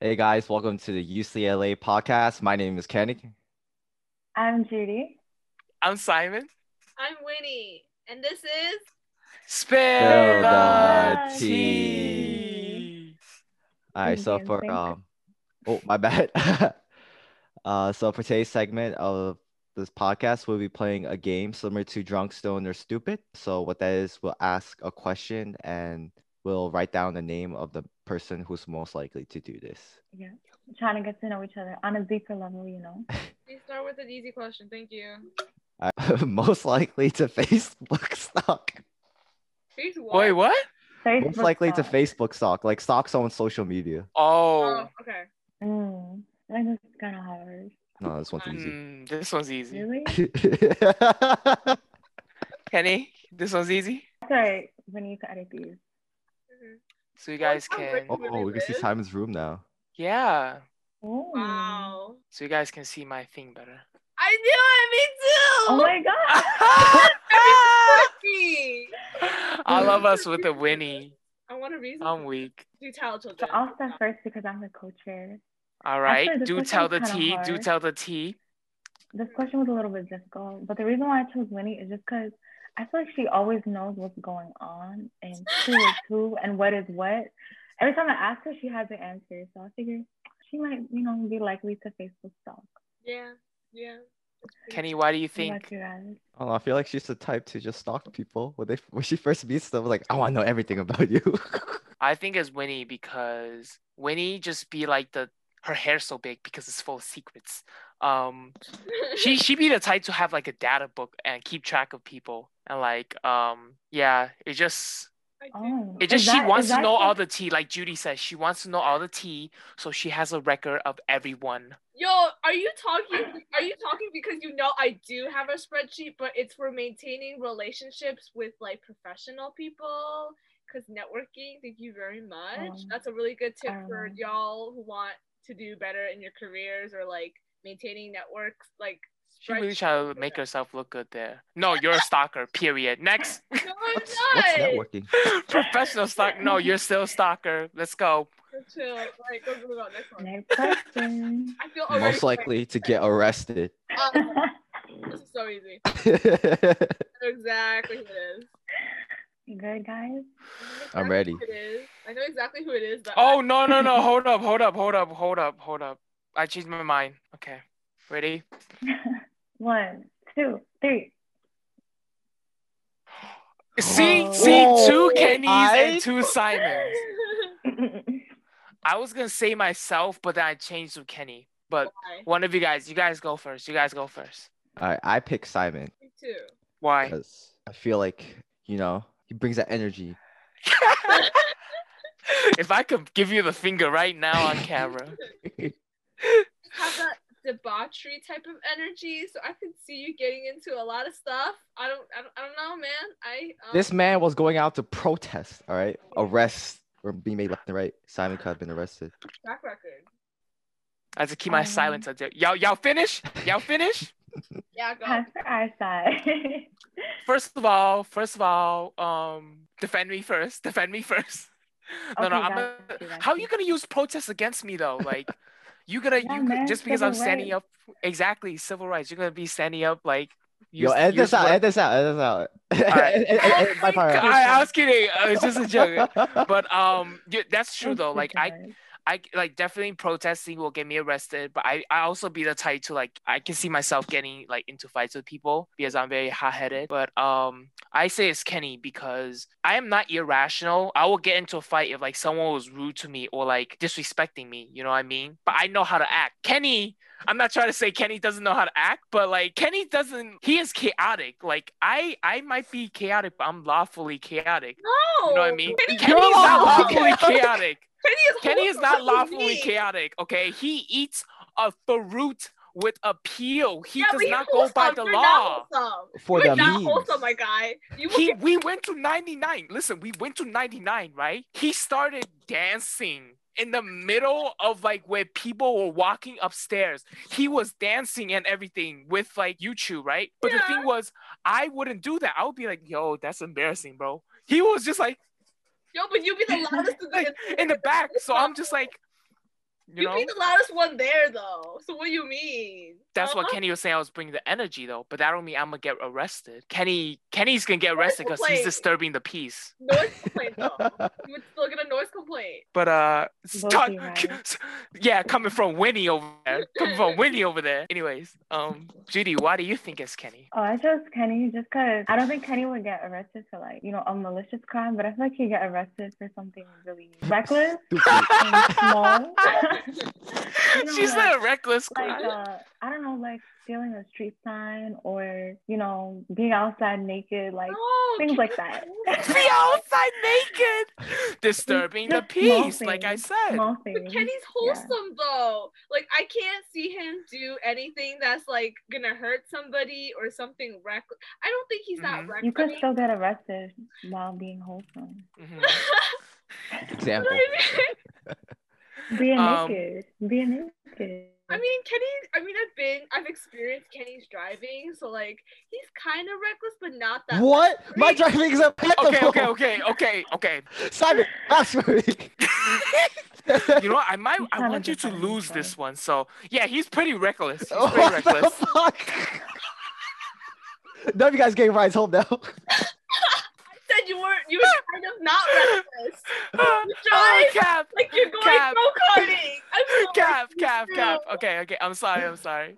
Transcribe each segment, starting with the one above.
Hey guys, welcome to the UCLA podcast. My name is Kenny. I'm Judy. I'm Simon. I'm Winnie, and this is Spill Spill the the tea. All right, Thank so you, for thank you. um, oh my bad. uh, so for today's segment of this podcast, we'll be playing a game similar to Drunk, Stone, or Stupid. So what that is, we'll ask a question and we'll write down the name of the person who's most likely to do this. Yeah. Trying to get to know each other on a deeper level, you know. we start with an easy question. Thank you. I, most likely to Facebook stock. Face Wait, what? Facebook Most likely to stalk. Facebook stock, like stalk someone's social media. Oh, Oh, okay. Mm, that is kind of hard. No, this one's easy. mm, this one's easy. Really? Um, Kenny, this one's easy. Sorry, when you can edit these. Mhm. So you guys I'm can, ready. oh, we can see Simon's room now. yeah. Ooh. Wow. So you guys can see my thing better. I knew it. Oh Me too. my god. Lucky. I love us with a Winnie. I want a reason. I'm weak. do tell children. So I'll start first because I'm the co-chair. All right. Actually, this Do question's tell the kinda tea. Do hard. tell the tea. This question was a little bit difficult, but the reason why I chose Winnie is just because I feel like she always knows what's going on and who is who and what is what. Every time I ask her, she has an answer. So I figure she might, you know, be likely to Facebook stalk. Yeah. Yeah. Kenny, why do you What about think? you guys? I don't know. I feel like she's the type to just stalk people when they when she first meets them. Like, I want to know everything about you. I think it's Winnie because Winnie just be like the her hair so big because it's full of secrets. Um, she she be the type to have like a data book and keep track of people and like um yeah it just I do. Oh, it is just that- she is wants to that know all the- the tea like Judy says she wants to know all the tea so she has a record of everyone. Yo, are you talking? Are you talking because you know I do have a spreadsheet, but it's for maintaining relationships with like professional people. Cause networking, thank you very much. Um, That's a really good tip for um, y'all who want to do better in your careers or like maintaining networks. Like, She really spreadsheet. trying to make herself look good there. No, you're a stalker. Period. Next, No, what's, I'm what's not. networking? professional stalker. No, you're still a stalker. Let's go. Chill. Like, go move on. Next one. Next question. I feel already Most likely to get arrested. Um, this is so easy. I I'm know exactly who it is. You good, guys? I know exactly ready. who It is. I know exactly who it is. But Oh no no no! Hold up hold up hold up hold up hold up! I changed my mind. Okay, ready? One, two, three. See Oh. see two Oh, Kennys I- and two Simons. Wait, I was gonna say myself, but then I changed to Kenny. But Why? one of you guys, you guys go first. You guys go first. All right, I pick Simon Me too. Why? because I feel like you know he brings that energy. if I could give you the finger right now on camera. have that debauchery type of energy, so I could see you getting into a lot of stuff. I don't, I don't, I don't know, man. I um, this man was going out to protest. All right, arrest or being made left and right. Simon could have been arrested. track record. I have to keep my Um. silence up there. Y'all, y'all finish? Y'all finish? Yeah, go. Pass for our side. First of all, first of all, um, defend me first. Defend me first. No, no, Okay, I'm. got gonna- you, got how are you. you gonna use protests against me though? Like, you gonna Yeah, you could- man, just because civil I'm standing rights. up exactly civil rights. You're gonna be standing up like. Yo, use- edit use this out. word- Edit this out. Edit this out. right. Oh Ed- ed- ed- edit my part out. I, I was kidding. Uh, It's just a joke. But um, yeah, that's true though. Like I, I like definitely protesting will get me arrested, but I I also be the type to like I can see myself getting like into fights with people because I'm very hot headed. But um, I say it's Kenny because I am not irrational. I will get into a fight if like someone was rude to me or like disrespecting me. You know what I mean? But I know how to act. Kenny I'm not trying to say Kenny doesn't know how to act, but like Kenny doesn't. He is chaotic. Like I, I might be chaotic, but I'm lawfully chaotic. No, You know what I mean? Kenny Kenny, is You're not lawfully lawfully chaotic. Kenny is, Kenny is not lawfully chaotic. chaotic. Okay, he eats a fruit with a peel. He yeah, but does you're not go by wholesome. the You're law. Not wholesome. For you're the not memes. wholesome, my guy. You will He, get we went to 99. Listen, we went to 99, right? He started dancing in the middle of like where people were walking upstairs. He was dancing and everything with like YouTube, right? But the thing was, I wouldn't do that. I would be like, yo, that's embarrassing, bro. He was just like yo, but you be the loudest in the, in the back. So I'm just like, You, You know, be the loudest one there though. So what do you mean? Uh-huh. that's what Uh-huh. Huh? Kenny was saying. I was bringing the energy though, but that don't mean I'm gonna get arrested. Kenny, Kenny's gonna get arrested because he's complaint. disturbing the peace. noise complaint though. You would still get a noise complaint. But uh, Both cut- you have. yeah, coming from Winnie over there, coming from Winnie over there. Anyways, um, Judy, why do you think it's Kenny? Oh, I chose Kenny just because I don't think Kenny would get arrested for like, you know, a malicious crime, but I feel like he'd get arrested for something really reckless Stupid. and small. You know, She's like- not a reckless like girl. uh, I don't know, like stealing a street sign or you know being outside naked, like No, things keep like it that. cool. Be outside naked, disturbing the Just small peace. Like I things, said, small But things. Kenny's wholesome though. Like I can't see him do anything that's like gonna hurt somebody or something reckless. I don't think he's that Mhm. reckless. You could still get arrested while being wholesome, Mhm. Example. being Um, naked, being naked. I mean, Kenny. I mean, I've been, I've experienced Kenny's driving, so like he's kind of reckless, but not that. What? My reckless. driving is impeccable. okay, okay, okay, okay, okay. Simon, pass for me. you know what? I might. He's I kinda want you to different, lose so- this one. So yeah, he's pretty reckless. He's pretty what the reckless. fuck? None of you guys getting rides home now. I said you weren't. You were kind of not reckless. You oh, drive cap, like you're going Cap. go karting. I'm Oh so cap, reckless cap, too. cap. Okay, okay. I'm sorry. I'm sorry.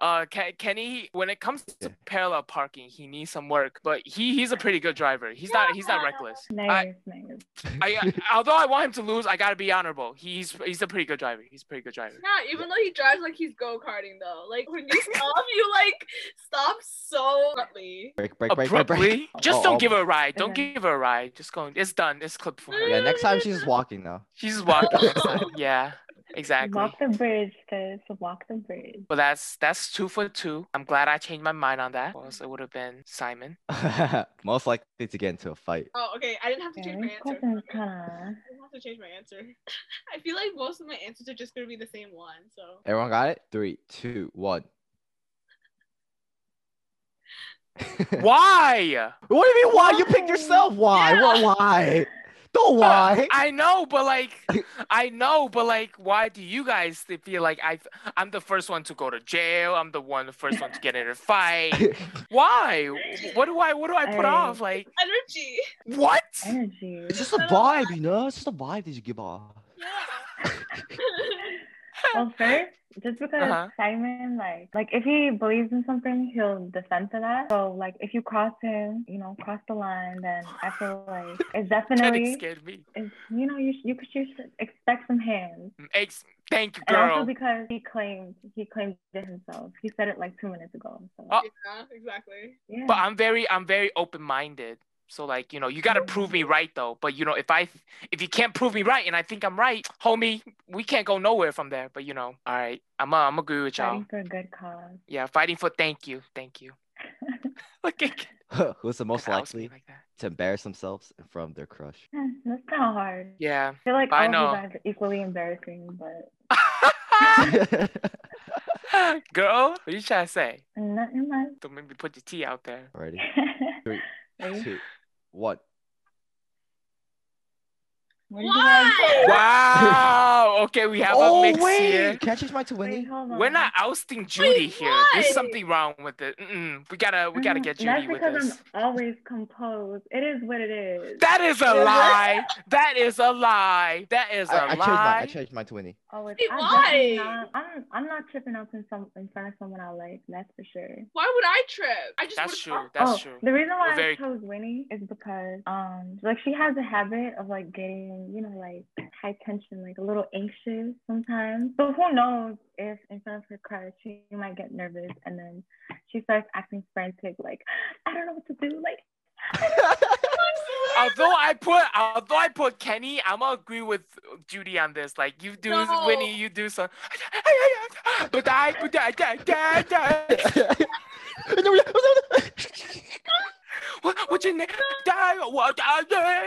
Uh, Ke- Kenny, when it comes to Yeah. parallel parking, he needs some work, but he he's a pretty good driver. He's not he's not reckless. Nice, nice. I, I although I want him to lose, I gotta be honorable. He's he's a pretty good driver. He's a pretty good driver. Yeah, even though he drives like he's go karting though. Like when you stop, you like stop so abruptly. Break, break, break, break, break. Abruptly. Just Oh, don't oh. give her a ride. Don't Okay. give her a ride. Just going. It's done. It's clipped for her. Yeah, next time she's walking though. She's walking. next Oh, time. Yeah, exactly. Walk the bridge, sis. Walk the bridge. Well, that's that's two for two. I'm glad I changed my mind on that. Or else it would have been Simon. Most likely to get into a fight. Oh, okay. I didn't have to Okay, change my next answer. question, huh? I didn't have to change my answer. I feel like most of my answers are just gonna be the same one. So Everyone got it? Three, two, one. Why? What do you mean why? You picked Why? yourself. Why? What why? Uh, Don't why. I know, but like, I know, but like, why do you guys feel like I? I'm the first one to go to jail. I'm the one, the first one to get in a fight. Why? What do I? What do I put Hey. off? Like energy. what? Energy. It's just a vibe, you know? It's just a vibe that you give off. Yeah. well, first, just because Uh-huh. Simon, like, like if he believes in something, he'll defend to that. So, like, if you cross him, you know, cross the line, then I feel like it's Kenny definitely, scared me. it's, you know, you sh- you could you should expect some hands. Mm, Ex- thank you, And also girl. because he claimed he claimed it himself. He said it like two minutes ago. So Oh. yeah, exactly. yeah. But I'm very, I'm very open-minded. So like, you know, you gotta prove me right though. But you know, if I, if you can't prove me right and I think I'm right, homie, we can't go nowhere from there. But you know, all right, I'm, uh, I'm agree with y'all. Fighting for a good cause. Yeah, fighting for thank you, thank you. Look at Who's the most God, I was being likely Like that. to embarrass themselves in front of their crush? Eh, That's not hard. Yeah. I feel like all I of you know. guys are equally embarrassing, but Girl, what you trying to say? not in my. Don't make me put your tea out there. Alrighty. Three, Ready? Two, one. What did you guys- Why? Wow. Okay, we have a mix here. Oh, Can I change mine to Wait, Winnie? hold We're Oh, on. not ousting Judy here. There's why? something wrong with it. Mm-mm. We gotta, we gotta Mm, get Judy That's with because this. I'm always composed. It is what it is. That is a Yeah. lie. That is a lie. That is a I, I changed mine. I lie. changed mine to Winnie. always. Wait, I'm why? definitely not- I'm I'm not tripping up in some in front of someone I like. That's for sure. Why would I trip? I just That's would've true. thought- That's oh, true. The reason why We're very- I chose Winnie is because um like she has a habit of like getting, you know, like high tension, like a little anxious sometimes. So who knows if in front of her crush she might get nervous and then she starts acting frantic, like, I don't know what to do, like Although I put, although I put Kenny, I'm gonna agree with Judy on this. Like you do, No. Winnie, you do some. But I, but I, da, da, da. What, what's your name? Die, what, die, die.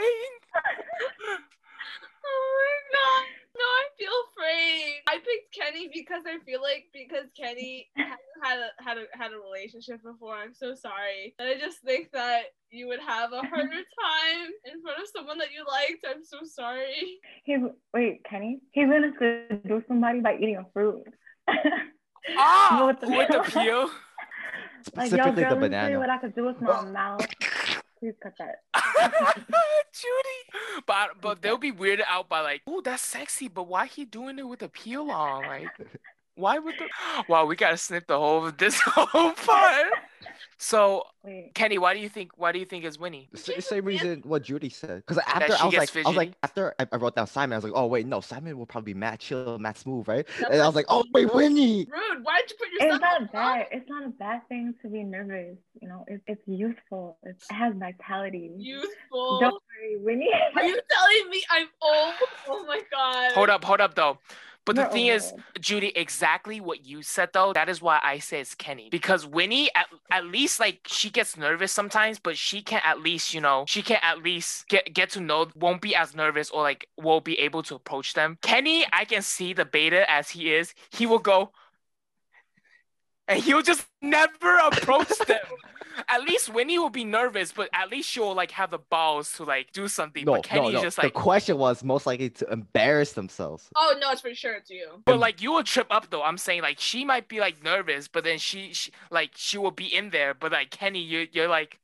Oh my god. No, I feel afraid. I I picked Kenny because I feel like because Kenny hasn't had a, had a, had a relationship before. I'm so sorry. And I just think that you would have a harder time in front of someone that you liked. I'm so sorry. He's wait, Kenny. He's gonna seduce somebody by eating a fruit. Ah, With with the- the peel. like, yo, Specifically girl, the let me show you banana. what I could do with my mouth. Please cut that. Judy, but but they'll be weirded out by like, oh, that's sexy, but why he doing it with a peel on? Like, why would the? Wow, we gotta snip the whole this whole part. So Wait. Kenny, why do you think why do you think is Winnie? S- She same just reason what Judy said. Because after she I was like, gets I was like, fidgety? after I, I wrote down Simon, I was like, oh wait, no, Simon will probably be mad chill, mad smooth, right? That's and I what- was like, oh wait, Winnie. Rude. Why'd you put It's yourself on not blast? bad. It's not a bad thing to be nervous. You know, it's it's useful. It's, it has vitality. Youthful. Don't worry, Winnie. Are you telling me I'm old? Oh my god. Hold up, hold up though. But the We're thing is, old. Judy, exactly what you said though. That is why I say it's Kenny because Winnie, at, at least like she gets nervous sometimes, but she can at least you know she can at least get get to know, won't be as nervous or like won't be able to approach them. Kenny, I can see the beta as he is. He will go, and he'll just never approach them. At least Winnie will be nervous, but at least she'll like have the balls to like do something. No, but no, Kenny's no. just the like. question was most likely to embarrass themselves. Oh no, it's for sure it's you. But like you will trip up though. I'm saying like she might be like nervous, but then she, she like she will be in there. But like Kenny, you you're like,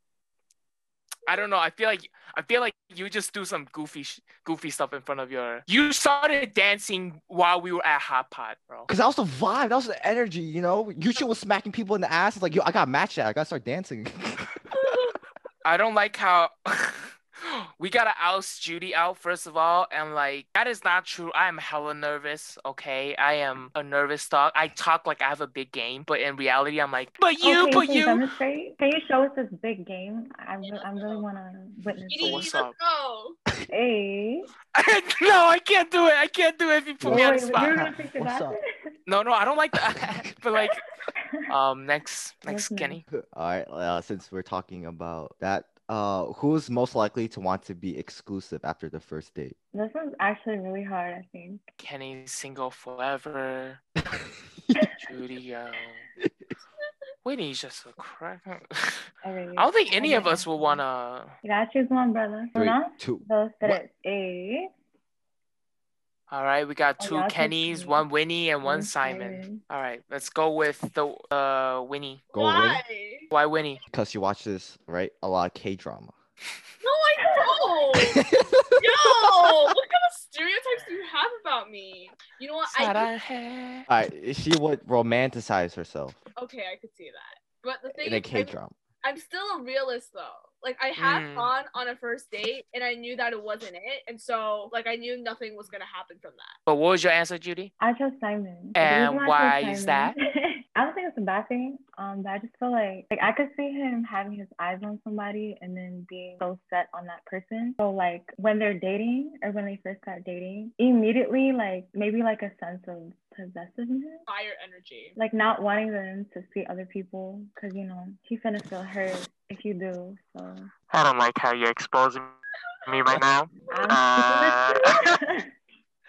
I don't know. I feel like I feel like you just do some goofy sh- goofy stuff in front of your. You started dancing while we were at Hot Pot, bro. Cause that was the vibe, that was the energy, you know. Yuchi was smacking people in the ass. It's like, yo, I got match that. I gotta start dancing. I don't like how. We gotta oust Judy out first of all, and like that is not true. I am hella nervous. Okay, I am a nervous dog. I talk like I have a big game, but in reality, I'm like, but you, okay, but can you. demonstrate? Can you show us this big game? I re- I really want to witness. You didn't what's it. even up? know. Hey. no, I can't do it. I can't do it if you put me on the Wait, you're spot. gonna fix it What's back? up? No, no, I don't like that. but like, um, next, next, Yes, ma'am. Kenny. All right, uh, since we're talking about that, uh, who's most likely to want to be exclusive after the first date? This one's actually really hard, I think. Kenny's single forever. Judy, uh, Whitney's just a crack. I I really- don't think any of Okay. us will wanna. You gotta choose one, brother. Three, Uno, two. dos, What? tres. Eh? All right, we got Oh, two yeah, I think Kennys, so. one Winnie, and one One Simon. Simon. All right, let's go with the uh Winnie. Go away. Why? Why Winnie? Because you watch this, right? A lot of K drama. No, I don't. Yo, what kind of stereotypes do you have about me? You know what? I 사랑해. All right, she would romanticize herself okay, I could see that. But the thing in a is, K I'm, drama. I'm still a realist though. Like I have Mm. gone on a first date and I knew that it wasn't it, and so like I knew nothing was gonna happen from that. But what was your answer, Judy? I chose Simon. The And reason why I chose is Simon- I don't think it's a bad thing. Um, but I just feel like like I could see him having his eyes on somebody and then being so set on that person. So like when they're dating or when they first got dating, immediately like maybe like a sense of possessiveness. Fire energy. Like not wanting them to see other people because you know he finna feel hurt if you do. So I don't like how you're exposing me right now. I'm Uh,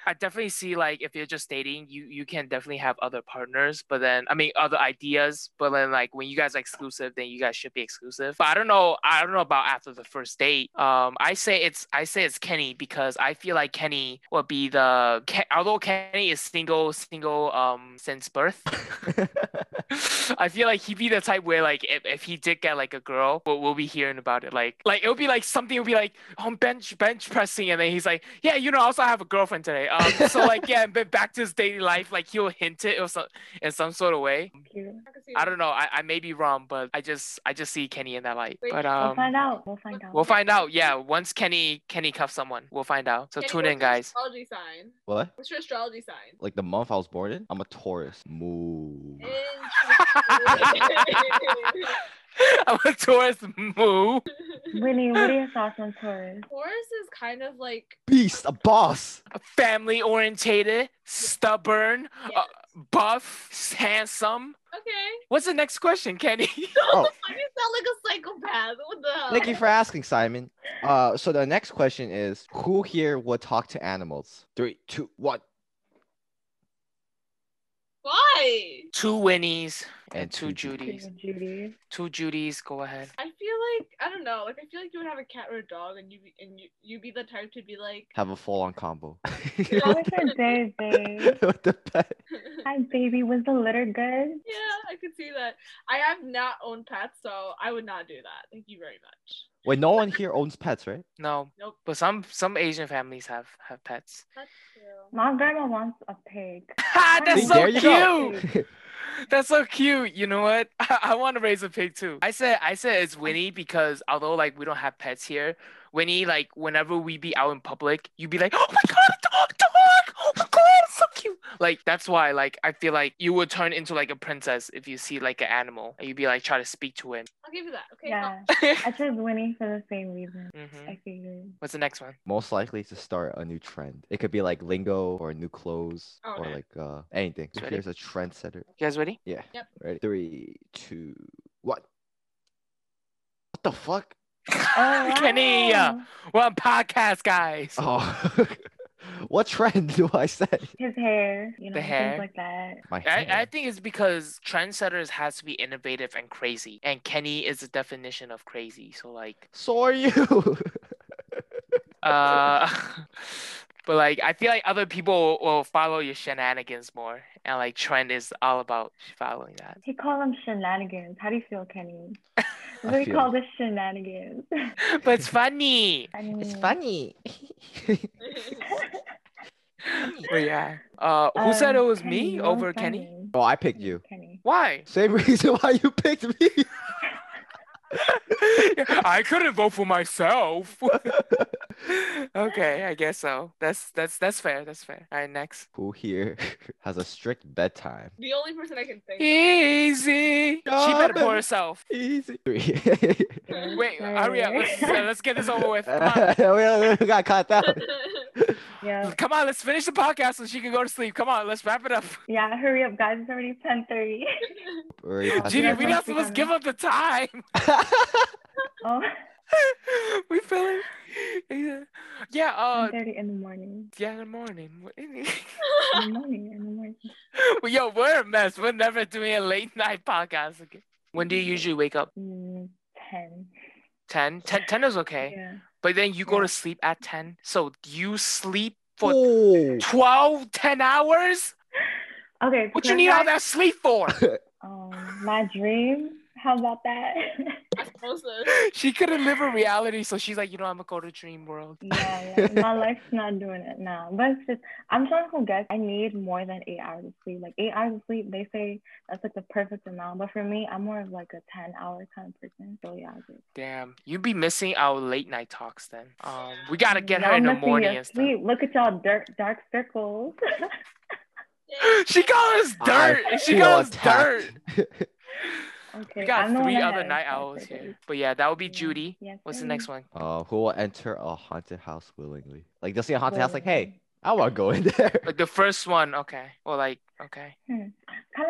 I definitely see like if you're just dating, you you can definitely have other partners, but then I mean other ideas, but then like when you guys are exclusive, then you guys should be exclusive. But I don't know, I don't know about after the first date. Um, I say it's I say it's Kenny because I feel like Kenny will be the Ken, although Kenny is single single um since birth. I feel like he'd be the type where like if, if he did get like a girl, we'll, we'll be hearing about it. Like like it'll be like something will be like on bench bench pressing, and then he's like, yeah, you know, I also have a girlfriend today. Um, so like yeah, but back to his daily life, like he'll hint it or some in some sort of way. cute. I, could see I that. don't know. I, I may be wrong, but I just I just see Kenny in that light. Wait, But We'll um, find out. We'll find out. we'll find out. Yeah, once Kenny Kenny cuffs someone, we'll find out. So Kenny, tune what's in, your guys. Astrology sign. What? What's your astrology sign? Like the month I was born in? I'm a Taurus. Moo. Interesting. I'm a tourist moo. Winnie, what are your thoughts on Taurus? Taurus is kind of like Beast, a boss. Family orientated, stubborn, yes. Uh, buff, handsome. okay. What's the next question, Kenny? Oh. Why do you sound like a psychopath? What the hell? Thank you for asking, Simon. Uh, so the next question is, who here would talk to animals? Three, two, one. Why? Two Winnies and, And two two Judys. Judies. Judy. Two Judies. Go ahead. I feel like I don't know. Like I feel like you would have a cat or a dog, and you be- and you you be the type to be like, Have a full on combo. How was your day, babe? With the pet. yeah, Hi, baby. Was the litter good? I could see that. I have not owned pets, so I would not do that. Thank you very much. Wait, no one here owns pets, right? No, Nope. but some some Asian families have have pets. That's true. My grandma wants a pig. Ha! Ah, That's See, so there you go. cute. That's so cute. You know what? I, want to raise a pig too. I said I said it's Winnie because although like we don't have pets here, Winnie like whenever we be out in public, you be like, oh my god, a dog, dog, oh my god, it's so cute. Like that's why like I feel like you would turn into like a princess if you see like an animal and you'd be like try to speak to it. I'll give you that. Okay. Yeah. Mhm. I chose Winnie for the same reason. Mm-hmm. I figured. What's the next one? Most likely to start a new trend. It could be like lingo or new clothes Oh, or yeah. like uh anything. Ready? Here's a trendsetter. You guys ready? Yeah. Yep. Ready? Three, two, one. What the fuck? Kenny, uh, Oh, wow. we're on podcast, guys. Oh. what trend do I say? His hair, you know, The hair. things like that. My I, I hair. think it's because trendsetters has to be innovative and crazy, and Kenny is the definition of crazy. So like, So are you. uh, but like, I feel like other people will, will follow your shenanigans more, and like trend is all about following that. He called them shenanigans. How do you feel, Kenny? I We feel- call this shenanigans. But it's funny. I mean, funny. But yeah. Uh, who said it um, was Kenny, me you're over funny. Kenny? oh, I picked you. Kenny. Why? Same reason why you picked me. I couldn't vote for myself. okay, I guess so. That's that's that's fair. That's fair. All right, next. Who here has a strict bedtime? The only person I can think. Easy. she better Stop pour it. herself. Easy. Three. Wait, hurry up. Let's, uh, let's get this over with. Come on. we got caught out. Yeah. Come on, let's finish the podcast so she can go to sleep. Come on, let's wrap it up. Yeah, hurry up, guys. It's already 10.30. We're already past Genie, that we're time. not supposed to give up the time. Oh, we feeling. Yeah, yeah, uh, 10.30 in the morning. yeah, in the morning. In the morning, in the morning. Well, Yo, we're a mess. We're never doing a late night podcast again. When do you usually wake up? Mm, 10. 10? 10, 10 is okay. Yeah. But then you go Yeah. to sleep at 10. So you sleep for Oh. 12, 10 hours? Okay. What you need all perfect. that sleep for? Um, my dream. How about that? I suppose so. she couldn't live in reality, so she's like, you know, I'm gonna go to dream world. yeah, yeah, my life's not doing it now. But it's just, I'm trying to guess. I need more than eight hours of sleep. Like eight hours of sleep, they say that's like the perfect amount. But for me, I'm more of like a 10 hour kind of person. So yeah, I just, Damn, you'd be missing our late night talks then. Um, we gotta get her in the Y'all missing morning your and stuff. sleep. Look at y'all dark, dark circles. Yeah. She got us dirt. I she feel got us dirt. attacked. okay. We got I'm the one three that other has night dark owls circles. here. But yeah, that would be Yeah. Mm-hmm. Judy. Yes, What's the sir. next one? Uh, who will enter a haunted house willingly? Like they'll see a haunted house, like, hey, I want to go in there. Like the first one, okay. Or like, okay. kind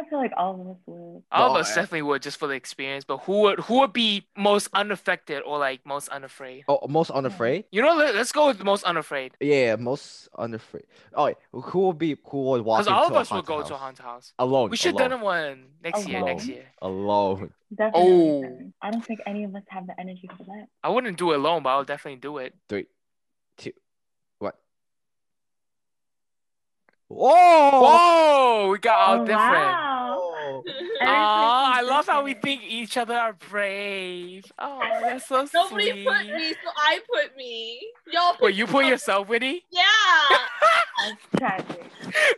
of feel like all of us would. All of No, us I- definitely would just for the experience, but who would who would be most unaffected or like most unafraid? Oh, most unafraid. You know, let, us go with most unafraid. Yeah, most unafraid. Oh, wait, who will be who will walk Because into all of a us will go to a house? haunted house. alone. We should have alone, done one Oh, next year. Next Alone. year. alone. Definitely. Oh. Oh. I don't think any of us have the energy for that. I wouldn't do it alone, but I'll definitely do it. Three, two, one. Whoa! Whoa, we got all oh, different. Wow. Oh, Every I person's love how we different. think each other are brave. Oh, that's so Nobody sweet. put me, so I put me. Y'all. Wait, you put yourself, Winnie? Yeah. That's tragic.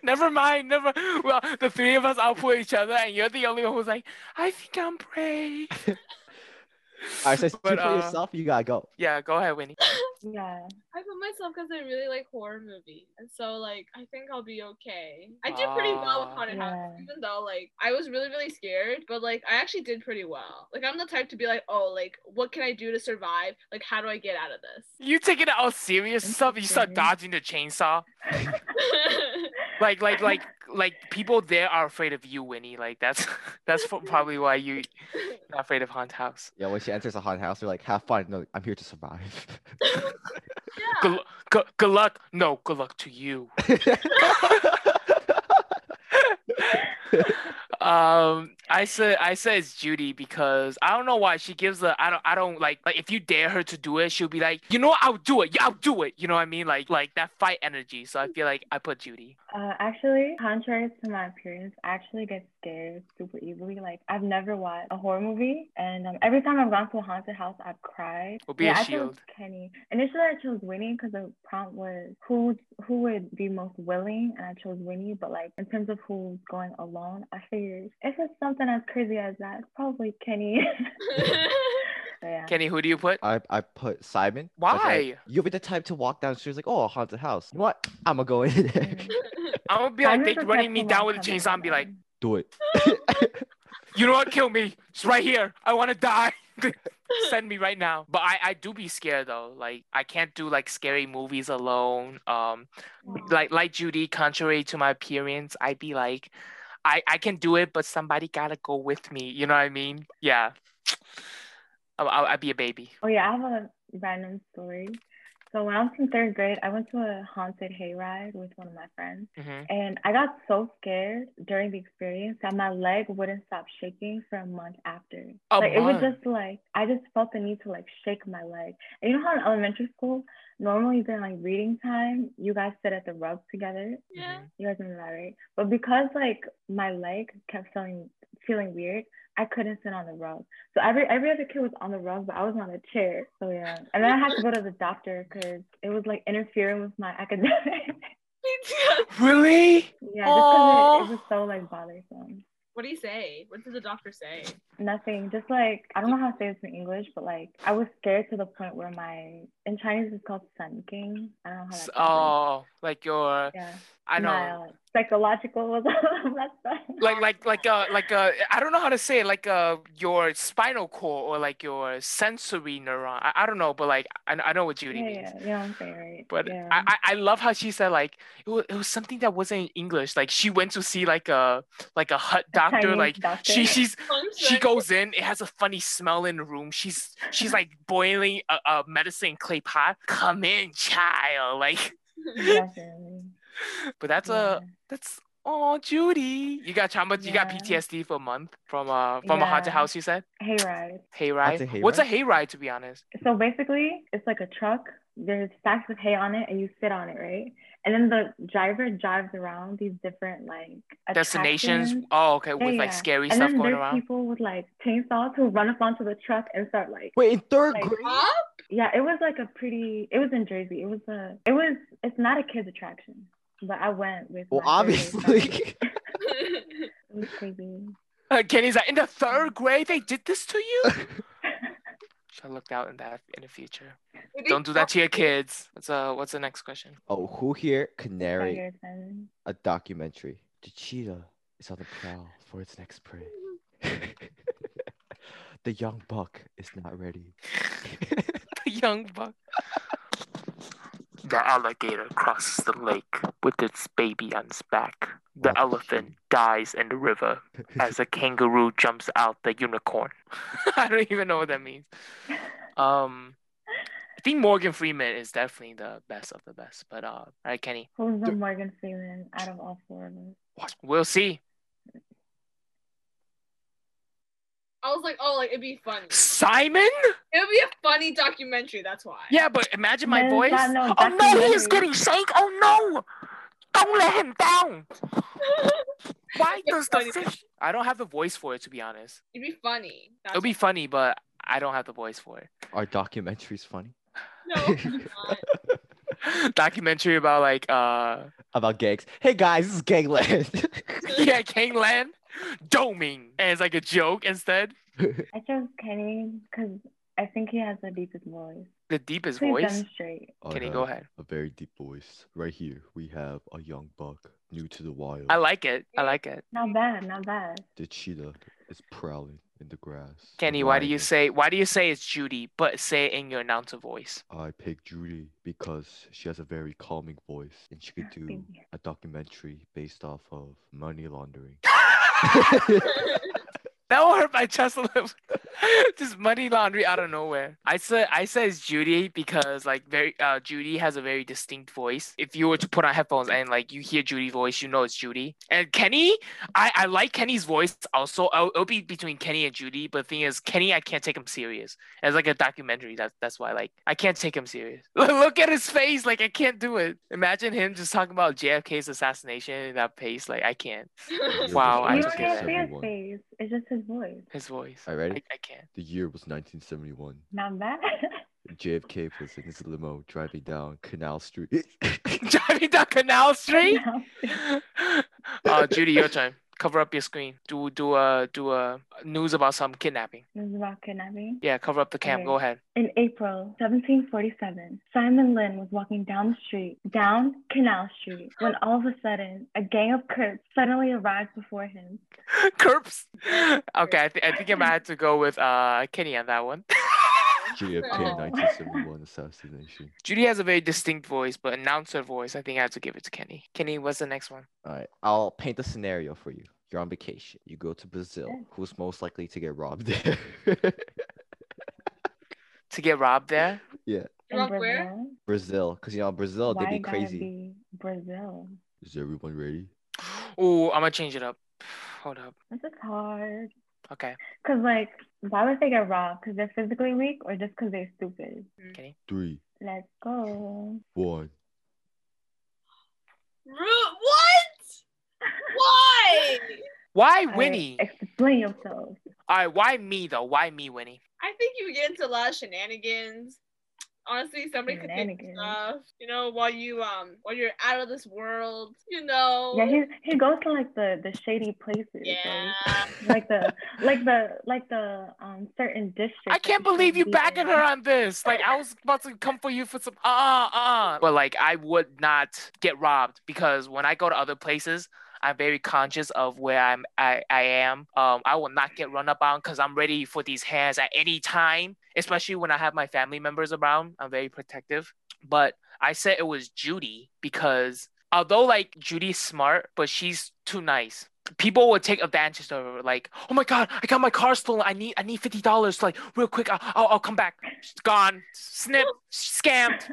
Never mind, never. Well, the three of us output each other, and you're the only one who's like, I think I'm brave. All right, so it's two But, for uh, yourself, you gotta go. Yeah, go ahead, Winnie. Yeah. I put myself because I really like horror movies, and so like I think I'll be okay. I did pretty well with Ah. haunted houses, Yeah. even though like I was really really scared, but like I actually did pretty well. Like I'm the type to be like, oh, like what can I do to survive? Like how do I get out of this? You taking it all serious and stuff. You start Interesting. dodging the chainsaw. Like, like, like, like people there are afraid of you, Winnie. Like that's that's for, probably why you not afraid of haunted house. Yeah, when she enters a haunted house, you're like, have fun. No, I'm here to survive. yeah. Good, good, good luck. No, good luck to you. Um, I said I said it's Judy because I don't know why she gives the I don't I don't like like if you dare her to do it she'll be like you know what? I'll do it yeah I'll do it you know what I mean like like that fight energy so I feel like I put Judy. Uh, actually, contrary to my appearance, I actually get scared super easily. Like I've never watched a horror movie, and um, every time I've gone to a haunted house, I've cried. Or be a I chose shield. Kenny. Initially, I chose Winnie because the prompt was who who would be most willing, and I chose Winnie. But like in terms of who's going alone, I figured if it's something as crazy as that, it's probably Kenny. So, yeah. Kenny, who do you put? I, I put Simon. 'cause, like, Why? You'll be the type to walk down. She was like, "Oh, a haunted house. You know what? I'm gonna go in there. Mm. I'm gonna be like Simon's they the running type me to down walk with a on chainsaw and be like someone. Do it." you know what kill me it's right here i want to die send me right now but i i do be scared though like i can't do like scary movies alone um like like judy contrary to my appearance i be like i i can do it but somebody gotta go with me you know what i mean yeah I- I'll, I'll be a baby. Oh yeah, I have a random story. So when I was in third grade, I went to a haunted hayride with one of my friends, hmm and I got so scared during the experience that my leg wouldn't stop shaking for a month after. A like it was month? just like I just felt the need to like shake my leg. And you know how in elementary school, normally during like reading time, you guys sit at the rug together. yeah. mm-hmm. You guys remember that, right? But because like my leg kept feeling feeling weird, I couldn't sit on the rug. So every every other kid was on the rug, but I was on a chair. So yeah, and then I had to go to the doctor because it was like interfering with my academics. Mm-hmm. Really? yeah, just because it, Aw. it was so like bothersome. What do you say? What did the doctor say? Nothing, just like I don't know how to say this in English, but like I was scared to the point where my in Chinese it's called sun king. I don't know how. That's S- translates. Oh, like your yeah. I don't My, uh, psychological was all that stuff. like like like uh like uh I don't know how to say it, like uh your spinal cord or like your sensory neuron. I, I don't know, but like I, I know what Judy yeah, means. yeah, you know what I'm saying, right? But yeah. I, I I love how she said like it was, it was something that wasn't in English. Like she went to see like a like a hut doctor. Chinese like doctor. she she's she Function. goes in. It has a funny smell in the room. She's she's like boiling a, a medicine in clay pot. Come in, child. Like, Definitely. but that's yeah. a that's oh Judy. You got how much? You got Yeah. PTSD for a month from uh from a haunted Yeah. house. You said. hayride. hayride. a What's a hayride, to be honest? So basically, it's like a truck. There's stacks of hay on it, and you sit on it, right? And then the driver drives around these different like Destinations? attractions. Oh, okay, with Yeah, like yeah. scary And stuff then going there's around. people with like chainsaws who run up onto the truck and start like Wait, in third Like, grade? Up? yeah. It was like a pretty. It was in Jersey. It was a. It was. It's not a kids attraction, but I went with. Well, my third grade friends. obviously. It was crazy. Uh, Kenny's like, in the third grade, they did this to you. Should have looked out in that in the future. Did they Don't do that to your kids. What's uh, what's the next question? oh, who here can narrate Fire sign. a documentary? The cheetah is on the prowl for its next prey. the young buck is not ready. the young buck. The alligator crosses the lake with its baby on its back. The Wow. elephant dies in the river as a kangaroo jumps out the unicorn. I don't even know what that means. Um, I think Morgan Freeman is definitely the best of the best. But uh, all right, Kenny, Who's the Dur- Morgan Freeman out of all four of us? we'll see. I was like, oh, like it'd be funny. Simon? It would be a funny documentary. That's why. Yeah, but imagine my No, voice. no, no, oh no, he is documentary. getting shake. Oh no! Don't let him down. Why does the Funny. fish? I don't have the voice for it, to be honest. It'd be funny. That's It'll be funny, but I don't have the voice for it. Are documentaries funny? why. no. it's not. Documentary about like uh About gangs. Hey guys, this is gangland. yeah, Kangland doming, and it's like a joke instead. I chose Kenny because I think he has the deepest voice. The deepest Please voice. demonstrate. I Kenny, have go ahead. A very deep voice. Right here, we have a young buck new to the wild. I like it. I like it. Not bad, not bad. the cheetah is prowling in the grass. the Kenny, why do you lion say why do you say it's Judy, but say it in your announcer voice? I picked Judy because she has a very calming voice and she could do Thank you. a documentary based off of money laundering. That will hurt my chest a little. Just money laundry out of nowhere. I said I said it's Judy because like very uh Judy has a very distinct voice. If you were to put on headphones and like you hear Judy voice, you know it's Judy. And Kenny, I I like Kenny's voice also. It'll, it'll be between Kenny and Judy, but the thing is, Kenny I can't take him serious. It's like a documentary. That's that's why like I can't take him serious. Look at his face. Like I can't do it. Imagine him just talking about JFK's assassination in that pace. Like I can't. Wow, I you just don't even can't. see his 71. face. It's just his voice. His voice. All right, I, ready? I can't. The year was 1971. Not bad. JFK was in his limo driving down Canal Street. Driving down Canal Street. No. uh, Judy, your turn. Cover up your screen. Do do uh do uh, news about some kidnapping. This is about kidnapping. Yeah, cover up the cam. Okay. Go ahead. In April 1747, Simon Lynn was walking down the street, down Canal Street, when all of a sudden, a gang of Crips suddenly arrived before him. Curbs. Okay, I, th- I think I might have to go with uh Kenny on that one. JFK Oh. 1971 assassination. Judy has a very distinct voice, but announcer voice. I think I have to give it to Kenny. Kenny, what's the next one? All right, I'll paint a scenario for you. You're on vacation. You go to Brazil. Yeah. Who's most likely to get robbed there? To get robbed there. You want where? Brazil, because you know Brazil, Why they Oh, be gotta crazy. be Brazil? Is everyone ready? Ooh, I'm gonna change it up. Hold up. This is hard. Okay, Cause like, why would they get robbed? Cause they're physically weak, or just cause they're stupid? Kenny. Three, Let's go. one. Ru- what? Why? Why I- Winnie? explain yourself. All right, why me though? Why me, Winnie? I think you get into a lot of shenanigans. Honestly, somebody could take Shenanigans. stuff. You know, while you um, while you're out of this world. You know. Yeah, he he goes to like the the shady places. Yeah. Like, like the like the like the um certain district. I can't believe you backing her on this. Like I was about to come for you for some uh uh. But like I would not get robbed because when I go to other places, I'm very conscious of where I'm I, I am. Um I will not get run up on because I'm ready for these hands at any time, especially when I have my family members around. I'm very protective. But I said it was Judy because although like Judy's smart, but she's too nice people would take advantage of her. Like, oh my god, I got my car stolen. I need I need fifty dollars. Like, real quick, I'll, I'll I'll come back. She's gone. Snip. Scammed.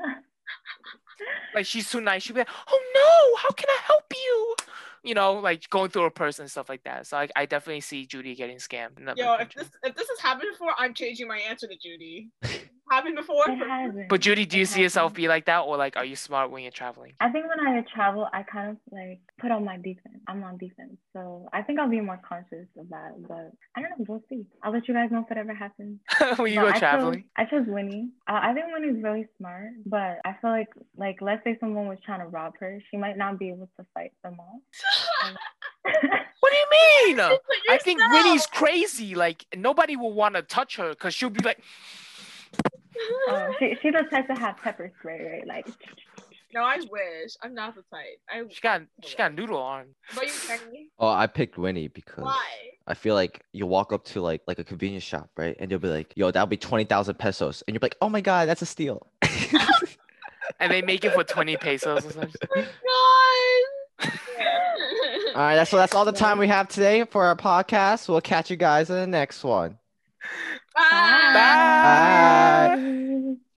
Like she's too nice. She'd be like, oh no, how can I help you? You know, like going through a person and stuff like that. So I, I definitely see Judy getting scammed. in other Yo, if countries. this if this has happened before, I'm changing my answer to Judy. happened before. It hasn't. But Judy, do you It see yourself hasn't. be like that, or like, are you smart when you're traveling? I think when I travel, I kind of like put on my defense. I'm on defense, so I think I'll be more conscious of that. But I don't know. We'll see. I'll let you guys know if it ever happens. when you But go I traveling? Chose, I chose Winnie. Uh, I think Winnie's really smart, but I feel like like let's say someone was trying to rob her, she might not be able to fight them all. Um, What do you mean? But I think yourself. Winnie's crazy. Like nobody will want to touch her because she'll be like, Uh, she she the type to have pepper spray, right? Like No, I wish. I'm not the type. I. she got she got noodle arm. But you Kenny? Oh, I picked Winnie because Why? I feel like you walk up to like like a convenience shop, right? And they'll be like, "Yo, that'll be twenty thousand pesos," and you're like, "Oh my god, that's a steal." and they make it for 20 pesos or something. God. All right, that's so that's all the time we have today for our podcast. We'll catch you guys in the next one. Bye. Bye. Bye.